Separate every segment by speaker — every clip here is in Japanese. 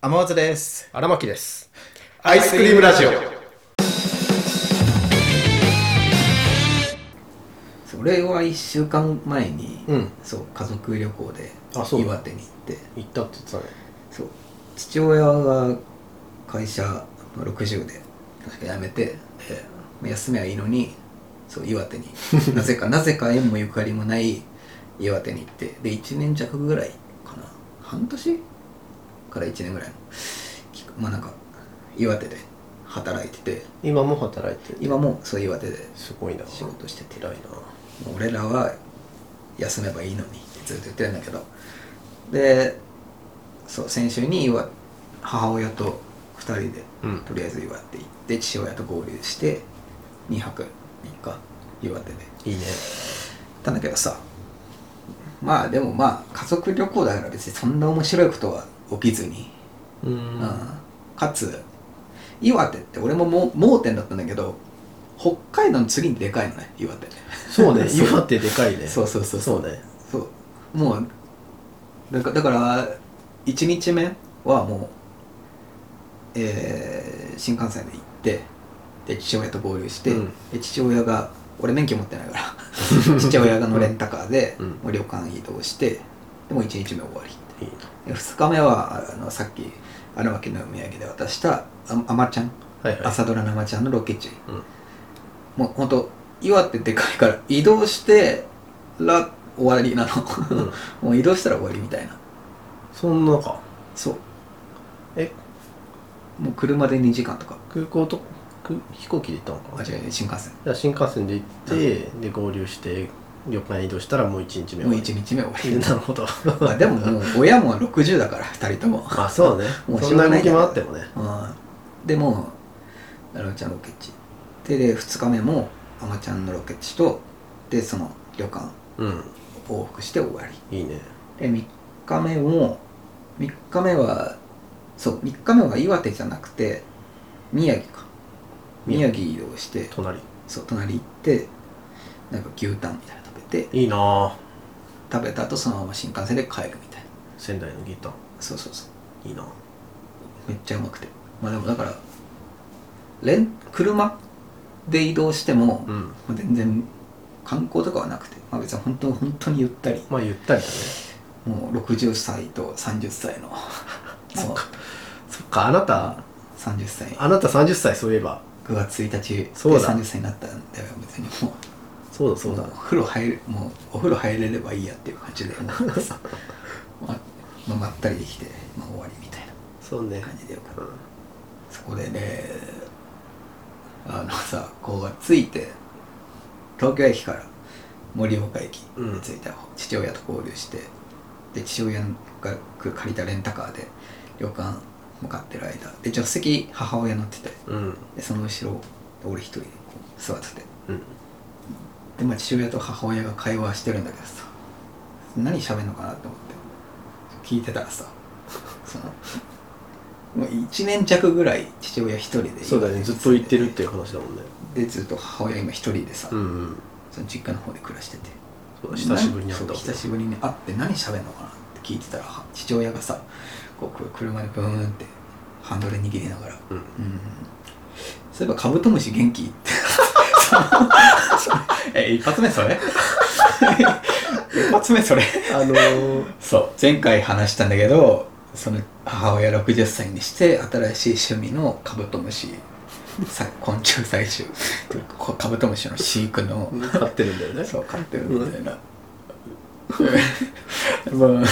Speaker 1: 天松です
Speaker 2: 荒牧です
Speaker 1: アイスクリームラジオ
Speaker 3: それは1週間前に、
Speaker 2: うん
Speaker 3: そう家族旅行で
Speaker 2: あそう
Speaker 3: 岩手に行って
Speaker 2: 行ったって言ってたね
Speaker 3: そう父親が会社まあ60で確か辞めて、えー休めばいいのにそう岩手になぜかなぜか縁もゆかりもない岩手に行ってで1年弱ぐらいかな半年から1年ぐらいのきまあなんか岩手で働いてて
Speaker 2: 今も働いてる
Speaker 3: 今もそう岩手です
Speaker 2: ごいな
Speaker 3: 仕事してて
Speaker 2: 偉いな
Speaker 3: 俺らは休めばいいのにってずっと言ってるんだけどでそう先週に岩母親と2人で
Speaker 2: うん
Speaker 3: とりあえず岩手行って父親と合流して2泊3日岩手で行
Speaker 2: いいね
Speaker 3: ったんだけどさまあでもまあ家族旅行だから別にそんな面白いことは起きずに、
Speaker 2: う
Speaker 3: うんかつ岩手って俺ももう盲点だったんだけど北海道の次にでかいのね岩手
Speaker 2: そうね
Speaker 3: そう
Speaker 2: 岩手でかいね
Speaker 3: そうそうそうそう
Speaker 2: そうね
Speaker 3: そうもうだからだから1日目はもう、えー新幹線で行ってで父親と合流して、
Speaker 2: うん
Speaker 3: で父親が俺免許持ってないから 父親がのレンタカーで、
Speaker 2: うん
Speaker 3: もう旅館移動してでもう1日目終わり
Speaker 2: いいな
Speaker 3: で2日目はあのさっき荒牧のお土産で渡したああまちゃん、
Speaker 2: はいはい
Speaker 3: 朝ドラのあまちゃんのロケ地
Speaker 2: うん
Speaker 3: もうほんと岩ってでかいから移動してら終わりな
Speaker 2: う
Speaker 3: の、
Speaker 2: ん
Speaker 3: もう移動したら終わりみたいな
Speaker 2: そんなか
Speaker 3: そう
Speaker 2: え
Speaker 3: もう車で2時間とか
Speaker 2: 空港とく飛行機で行ったのか
Speaker 3: あ違う違う新幹線
Speaker 2: じゃあ新幹線で行ってで合流して旅館へ移動したらもう1日目
Speaker 3: もう1日目終わ
Speaker 2: なるほど
Speaker 3: りまあでももう親も60だから2人とも
Speaker 2: あそうね
Speaker 3: もう
Speaker 2: そ
Speaker 3: しょ
Speaker 2: ん
Speaker 3: う
Speaker 2: な
Speaker 3: がない
Speaker 2: 動きもあってもね
Speaker 3: うんでもうあのちゃんロケ地でで2日目もあまちゃんのロケ地とでその旅館
Speaker 2: うん
Speaker 3: 往復して終わり
Speaker 2: いいね
Speaker 3: で3日目も3日目はそう3日目は岩手じゃなくて宮城か
Speaker 2: 宮
Speaker 3: 宮城移動して
Speaker 2: 隣
Speaker 3: そう隣行ってなんか牛タンみたいなの食べて
Speaker 2: いいなあ
Speaker 3: 食べた後そのまま新幹線で帰るみたいな
Speaker 2: 仙台のギター
Speaker 3: そうそうそう
Speaker 2: いいな
Speaker 3: めっちゃうまくてまあでもだからレン車で移動しても、
Speaker 2: う
Speaker 3: ま
Speaker 2: ん
Speaker 3: あ全然観光とかはなくて、まあ、別に本当本当にゆったり
Speaker 2: まあゆったりだね
Speaker 3: もう60歳と30 歳のもう
Speaker 2: そっかあなた
Speaker 3: 30歳
Speaker 2: あなた30歳そういえば
Speaker 3: 9月1日で
Speaker 2: そうだ
Speaker 3: 30歳になったんだよ別にもう
Speaker 2: そうだそうだ
Speaker 3: もお風呂入るもうお風呂入れればいいやっていう感じでもうさ ままあまったりできて、まあ、終わりみたいな
Speaker 2: そうね
Speaker 3: 感じでよかった
Speaker 2: うん
Speaker 3: そこでねあのさこうが着いて東京駅から盛岡駅に着いた、父親と合流してで父親が借りたレンタカーで旅館向かってる間で助手席母親乗ってて
Speaker 2: うん
Speaker 3: でその後ろ俺一人でこう座ってて
Speaker 2: うん
Speaker 3: で、まあ、父親と母親が会話してるんだけどさ何喋るのかなと思って聞いてたらさ そのもう1年弱ぐらい父親一人で
Speaker 2: そうだねずっと行ってるっていう話だもんね
Speaker 3: でずっと母親今一人でさ、
Speaker 2: うんうん
Speaker 3: その実家の方で暮らしてて
Speaker 2: そうだ久しぶりに会っ
Speaker 3: そ
Speaker 2: た
Speaker 3: う久しぶりに会って何喋るのかなって聞いてたらは父親がさこうこう車でブーンってハンドル握りながら
Speaker 2: うん
Speaker 3: うんそういえばカブトムシ元気って え一発目それ 一発目それ
Speaker 2: あの ー
Speaker 3: そう前回話したんだけどその母親60歳にして新しい趣味のカブトムシさ昆虫採集 こカブトムシの飼育の
Speaker 2: 飼ってるんだよね
Speaker 3: そう飼ってるみたいな、 まあ、だって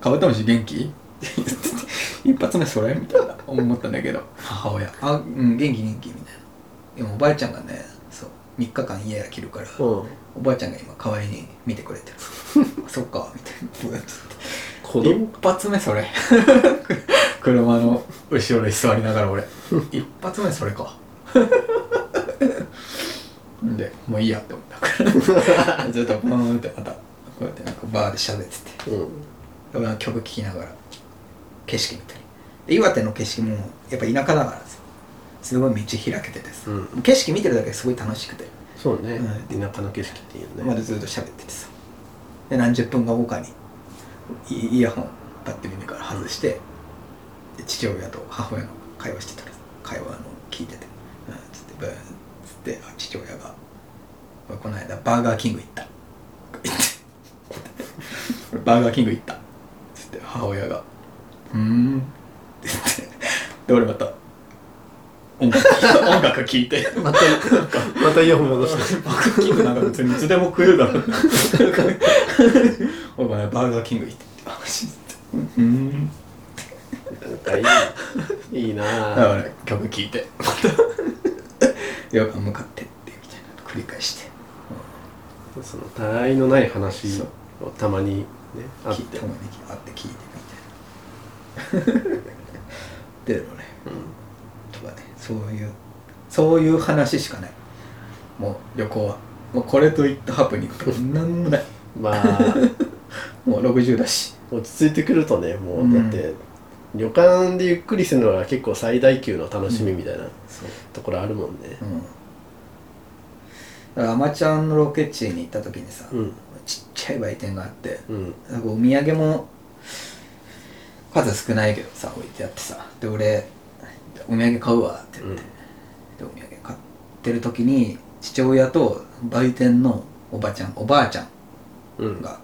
Speaker 3: カブトムシ元気 って言ってて一発目それみたいな思ったんだけど母親「あうん元気元気」みたいなでもおばあちゃんがねそう3日間家が着るから
Speaker 2: うん
Speaker 3: おばあちゃんが今代わりに見てくれ てるそっかみたいな
Speaker 2: 子供
Speaker 3: 一発目それ 車の後ろに座りながら俺一発目それかでもういいやって思った からずっとブーンってまたこうやってなんかバーで喋ってて
Speaker 2: うん
Speaker 3: 俺は曲聴きながら景色見たりで岩手の景色もやっぱ田舎だからさすごい道開けてて
Speaker 2: う
Speaker 3: さ、
Speaker 2: ん
Speaker 3: 景色見てるだけですごい楽しくて、
Speaker 2: そうね
Speaker 3: う
Speaker 2: 田舎の景色っていう
Speaker 3: ま
Speaker 2: ね
Speaker 3: だずっと喋っててさで何十分か後かにイイヤホンパッて耳から外して、父親と母親の会話してたら会話の聞いてて「うん」つってブーンつって父親が「俺この間バーガーキング行った」 俺バーガーキング行った」つって母親が「うーん」って言ってで俺また音楽音楽聞いて
Speaker 2: また、またイヤホン戻した。
Speaker 3: バーガーキングなんか別にいつでも食えるだろうなお前バーガーキング行ってって話してうーん
Speaker 2: いいいい
Speaker 3: だか
Speaker 2: なぁ。
Speaker 3: ら曲聴いてまた洋館向かってってみたいなの繰り返して
Speaker 2: その、たらいのない話
Speaker 3: そう
Speaker 2: をたまにね、あっ
Speaker 3: 聞い
Speaker 2: て
Speaker 3: て。共に会って聴いてみたいなでもね
Speaker 2: うん
Speaker 3: とかねそういうそういう話しかないもう旅行はもうこれといったハプニングとか何もない
Speaker 2: まあ、
Speaker 3: もう60だし
Speaker 2: 落ち着いてくるとね、も
Speaker 3: う
Speaker 2: う、だ
Speaker 3: ん
Speaker 2: って、旅館でゆっくりするのが結構最大級の楽しみみたいな
Speaker 3: そう
Speaker 2: ところあるもんね。
Speaker 3: うんだからアマちゃんのロケ地に行った時にさ、
Speaker 2: うん。
Speaker 3: ちっちゃい売店があって
Speaker 2: うん。
Speaker 3: なんかお土産も数少ないけどさ置いてあってさで俺お土産買うわって言って、でお土産買ってる時に父親と売店のおばちゃんおばあちゃん
Speaker 2: うん。
Speaker 3: が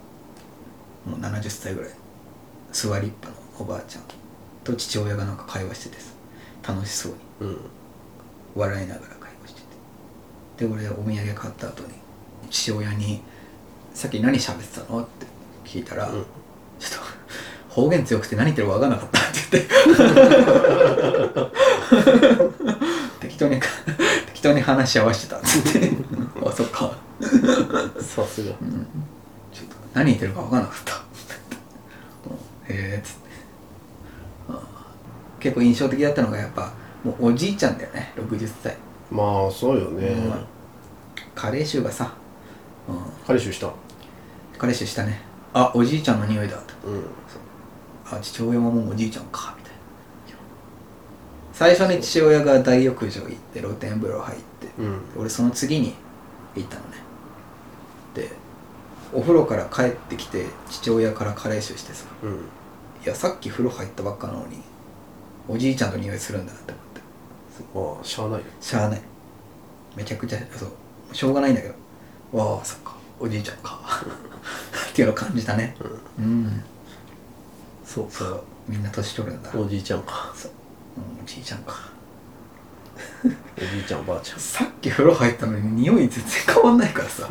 Speaker 3: もう70歳ぐらい座りっぱのおばあちゃんと父親がなんか会話しててさ楽しそうに
Speaker 2: うん。
Speaker 3: 笑いながら会話しててで俺お土産買った後に父親に「さっき何喋ってたの?」って聞いたら、
Speaker 2: うん
Speaker 3: ちょっと方言強くて何言ってるか分かんなかったって言って 適当に適当に話し合わせてたって言ってあそっか、
Speaker 2: さすが。
Speaker 3: うんちょっと何言ってるか分かんなかったってへえっつってあー結構印象的だったのがやっぱもうおじいちゃんだよね60歳
Speaker 2: まあ、そうよね。
Speaker 3: うんカレー臭がさ、うん、
Speaker 2: 彼氏した。
Speaker 3: カレー臭したねあおじいちゃんの匂いだと
Speaker 2: うん。
Speaker 3: あ父親ももうおじいちゃんかみたいな最初に父親が大浴場行って露天風呂入って
Speaker 2: うん。
Speaker 3: 俺その次に行ったのねでお風呂から帰ってきて父親からカレー臭してさ
Speaker 2: うん。
Speaker 3: いやさっき風呂入ったばっかなのにおじいちゃんの匂いするんだって思
Speaker 2: ま
Speaker 3: って
Speaker 2: あ、しゃあないよ。
Speaker 3: しゃあないめちゃくちゃそうしょうがないんだけどわあそっかおじいちゃんか っていうのを感じたねうん、
Speaker 2: そう
Speaker 3: そうみんな年取るんだ
Speaker 2: おじいちゃんか。
Speaker 3: そううんおじいちゃんか
Speaker 2: おじいちゃん、おばあちゃん。
Speaker 3: さっき風呂入ったのに匂い全然変わんないからさ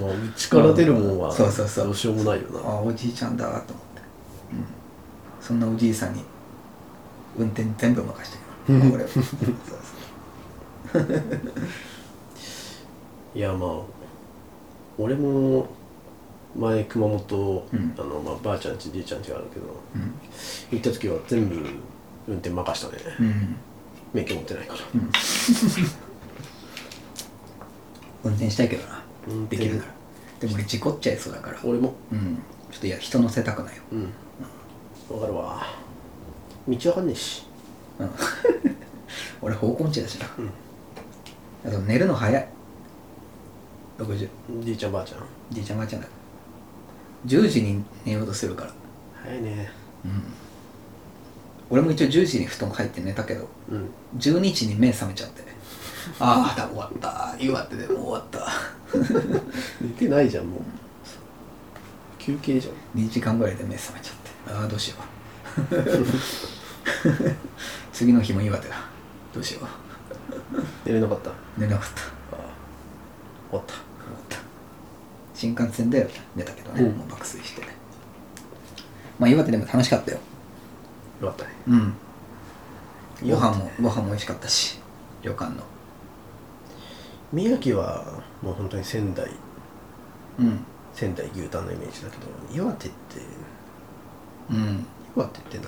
Speaker 2: もうちから出るもんは
Speaker 3: そうそうそう
Speaker 2: どうしようもないよな
Speaker 3: あおじいちゃんだと思って、うん、そんなおじいさんに運転全部任してるよ俺はそうそう
Speaker 2: いやまあ俺も前熊本、
Speaker 3: うん
Speaker 2: あのまあ、ばあちゃんちじいちゃんちがあるけど
Speaker 3: うん
Speaker 2: 行った時は全部運転任したね
Speaker 3: うん
Speaker 2: 免許持ってないから
Speaker 3: 運転したいけどな
Speaker 2: 運
Speaker 3: で
Speaker 2: 転
Speaker 3: きるならでも俺事故っちゃいそうだから
Speaker 2: 俺も
Speaker 3: うんちょっといや人乗せたくないよ
Speaker 2: うんわかるわ道わかんねえし
Speaker 3: うん 俺方向音痴だしな、あと寝るの早い60
Speaker 2: じいちゃんばあちゃん
Speaker 3: じいちゃんばあちゃんだ10時に寝ようとするから
Speaker 2: 早いね
Speaker 3: 俺も一応10時に布団入って寝たけど
Speaker 2: うん
Speaker 3: 12時に目覚めちゃってああ終わった岩手でもう終わった
Speaker 2: 寝てないじゃんもう休憩じゃん
Speaker 3: 2時間ぐらいで目覚めちゃってああどうしよ う次の日も岩手だどうしよう
Speaker 2: 寝れなかった
Speaker 3: 寝なかった
Speaker 2: 終わった
Speaker 3: 終わった新幹線で寝たけどね、
Speaker 2: うん
Speaker 3: もう爆睡してねまあ岩手でも楽しかったよ
Speaker 2: よかったね
Speaker 3: うんご
Speaker 2: 岩
Speaker 3: 飯もご飯も美味しかったし旅館の
Speaker 2: 宮城はもう本当に仙台
Speaker 3: うん
Speaker 2: 仙台牛タンのイメージだけど岩手って
Speaker 3: うん
Speaker 2: 岩手って何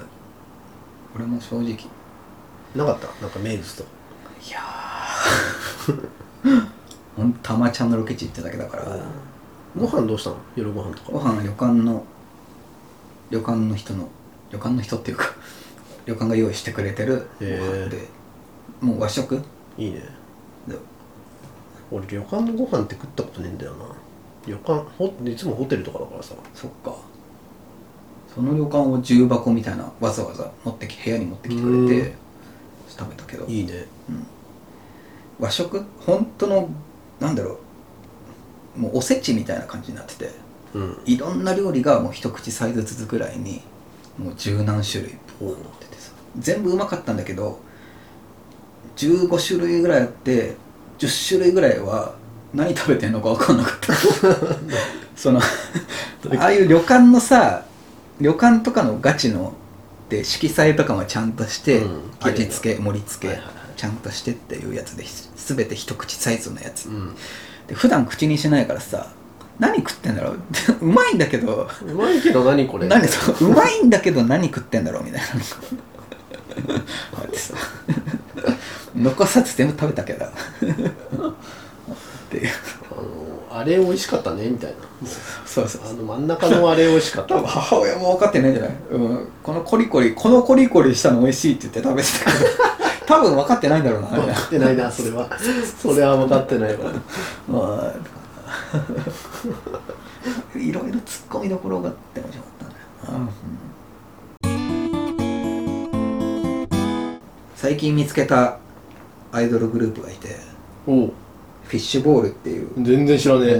Speaker 3: 俺も正直い
Speaker 2: なかったなんか名物とか
Speaker 3: やーほんとたまちゃんのロケ地行っただけだから
Speaker 2: ご飯どうしたの夜ご飯と
Speaker 3: ご
Speaker 2: か
Speaker 3: 飯は旅館の旅館の人の旅館の人っていうか 旅館が用意してくれてるご
Speaker 2: へー
Speaker 3: 飯で、もう和食
Speaker 2: いいね
Speaker 3: で
Speaker 2: 俺旅館のご飯って食ったことねえんだよな旅館ほいつもホテルとかだからさ
Speaker 3: そっかその旅館を重箱みたいなわざわざ持ってき部屋に持ってきてくれ
Speaker 2: う
Speaker 3: て食べたけど
Speaker 2: いいね
Speaker 3: 和食本当のなんだろうもうおせちみたいな感じになってて
Speaker 2: うん
Speaker 3: いろんな料理がもう一口サイズずつぐらいにもう十何種類
Speaker 2: おう
Speaker 3: 出てさ全部うまかったんだけど15種類ぐらいあって10種類ぐらいは何食べてんのか分かんなか ったそのああいう旅館のさ旅館とかのガチので色彩とかもちゃんとして、
Speaker 2: うん
Speaker 3: 味付け盛り付け、
Speaker 2: はいはいはい
Speaker 3: ちゃんとしてっていうやつでひ全て一口サイズのや
Speaker 2: う
Speaker 3: つ
Speaker 2: ん
Speaker 3: で普段口にしないからさ何食ってんだろう うまいんだけど
Speaker 2: うまいけど何これ
Speaker 3: 何そううまいんだけど何食ってんだろうみたいな あってさ残さず全部食べたけどっていう
Speaker 2: あのあれ美味しかったねみたいな
Speaker 3: そうそう
Speaker 2: あの真ん中のあれ美味しかっ
Speaker 3: 多
Speaker 2: た
Speaker 3: 分母親も分かってないんじゃない、うん、このコリコリこのコリコリしたの美味しいって言って食べてたけど多分分かってないんだろうなみたい
Speaker 2: 分
Speaker 3: な
Speaker 2: かってないなそれはそれは分かってないわ
Speaker 3: まあい ろいろ突っ込みどころがあって面白かったね、最近見つけたアイドルグループがいて
Speaker 2: おう
Speaker 3: フィッシュボールっていう、
Speaker 2: 全然知らねえ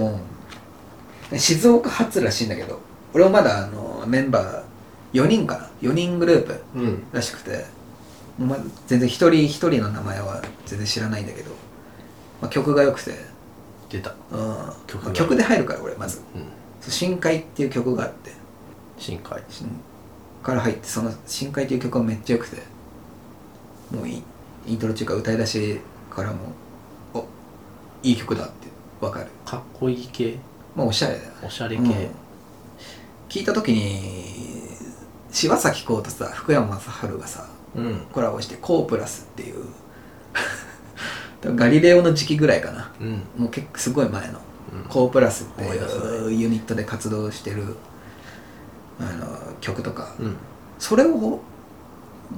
Speaker 3: うん静岡発らしいんだけど俺もまだあのメンバー4人かな4人グループ
Speaker 2: うん
Speaker 3: らしくて、まあ、全然一人一人の名前は全然知らないんだけど、まあ、曲が良くて
Speaker 2: 出た
Speaker 3: うんまあ
Speaker 2: 曲
Speaker 3: 曲,、
Speaker 2: が
Speaker 3: で入るから俺まず
Speaker 2: うん
Speaker 3: 「そう深海」っていう曲があって
Speaker 2: 深海
Speaker 3: しから入ってその「深海」っていう曲がめっちゃ良くてもういイントロっていうか歌い出しからも「おいい曲だ」って分かる
Speaker 2: かっこいい系
Speaker 3: まあおしゃれだよね
Speaker 2: おしゃれ
Speaker 3: う
Speaker 2: 系
Speaker 3: ん聞いた時に柴咲コウとさ福山雅治がさ
Speaker 2: うん
Speaker 3: コラボして「コープラス」っていう ガリレオの時期ぐらいかな
Speaker 2: うん
Speaker 3: もう結構すごい前の
Speaker 2: うん
Speaker 3: コープラスって
Speaker 2: 思い出さない
Speaker 3: いうユニットで活動してるあの曲とか、
Speaker 2: うん
Speaker 3: それを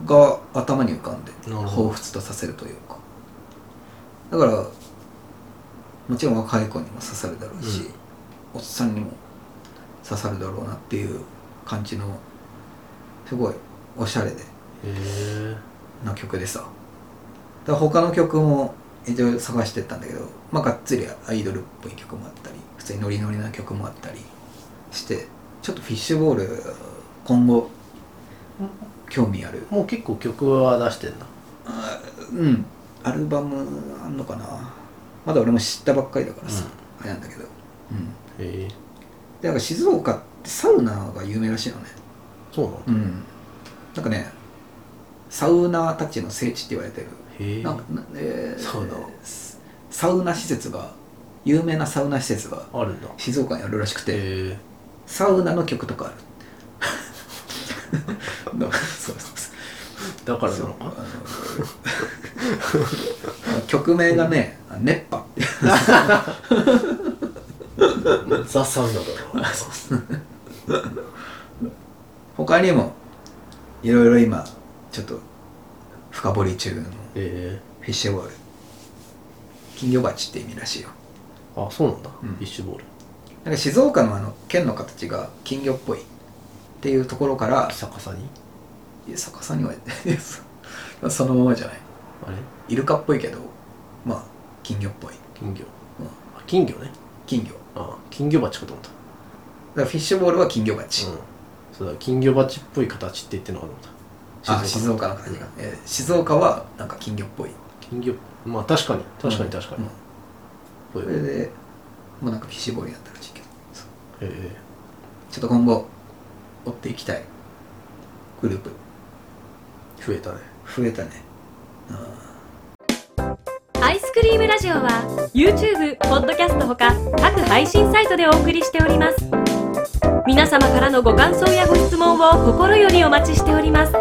Speaker 3: が頭に浮かんで
Speaker 2: なるほど
Speaker 3: 彷彿とさせるというかだからもちろん若い子にも刺さるだろう
Speaker 2: う
Speaker 3: し、
Speaker 2: ん
Speaker 3: おっさんにも刺さるだろうなっていう感じのすごいおしゃれで
Speaker 2: へえ
Speaker 3: な曲でさだから他の曲も一応探してったんだけどまあがっつりアイドルっぽい曲もあったり普通にノリノリな曲もあったりしてちょっとフィッシュボール今後興味ある
Speaker 2: もう結構曲は出してんだ
Speaker 3: あうんアルバムあんのかなまだ俺も知ったばっかりだからさ、あれなんだけどうん
Speaker 2: へえ
Speaker 3: でなんか静岡ってサウナが有名らしいのね
Speaker 2: そうなの
Speaker 3: うんなんかねサウナーたちの聖地って言われてる
Speaker 2: へえ
Speaker 3: なんかなえー
Speaker 2: サウナ
Speaker 3: サウナ施設が有名なサウナ施設が
Speaker 2: あるんだ
Speaker 3: 静岡にあるらしくて、
Speaker 2: へえ
Speaker 3: サウナの曲とかある だからそうそうそう
Speaker 2: だからな
Speaker 3: そう
Speaker 2: のか
Speaker 3: あの曲名がね「熱波」って
Speaker 2: ザ・サウナだな
Speaker 3: 他にもいろいろ今ちょっと深掘り中の
Speaker 2: へえ
Speaker 3: フィッシュボール金魚鉢って意味らしいよ
Speaker 2: あそうなんだフ
Speaker 3: うん
Speaker 2: ィッシュボール
Speaker 3: なんか静岡のあの県の形が金魚っぽいっていうところから
Speaker 2: 逆さに
Speaker 3: いや逆さには そそのままじゃない
Speaker 2: あれ
Speaker 3: イルカっぽいけどまあ金魚っぽい
Speaker 2: 金魚
Speaker 3: うん
Speaker 2: あ金魚ね
Speaker 3: 金魚だか
Speaker 2: あ金魚鉢かと思った
Speaker 3: らフィッシュボールは金魚鉢、
Speaker 2: うんそうだ金魚鉢っぽい形って言ってんのかと思った
Speaker 3: あ静岡の形が、えー静岡はなんか金魚っぽい
Speaker 2: 金魚まあ確かに確かに確かに、
Speaker 3: うん
Speaker 2: こう
Speaker 3: そ
Speaker 2: い
Speaker 3: れ
Speaker 2: う
Speaker 3: でもうなんかフィッシュボールやったらしいけどそう
Speaker 2: へえ
Speaker 3: ちょっと今後追っていきたいグループ
Speaker 2: 増えたね
Speaker 3: 増えたねうん
Speaker 4: アイスクリームラジオは YouTube、ポッドキャストほか各配信サイトでお送りしております皆様からのご感想やご質問を心よりお待ちしております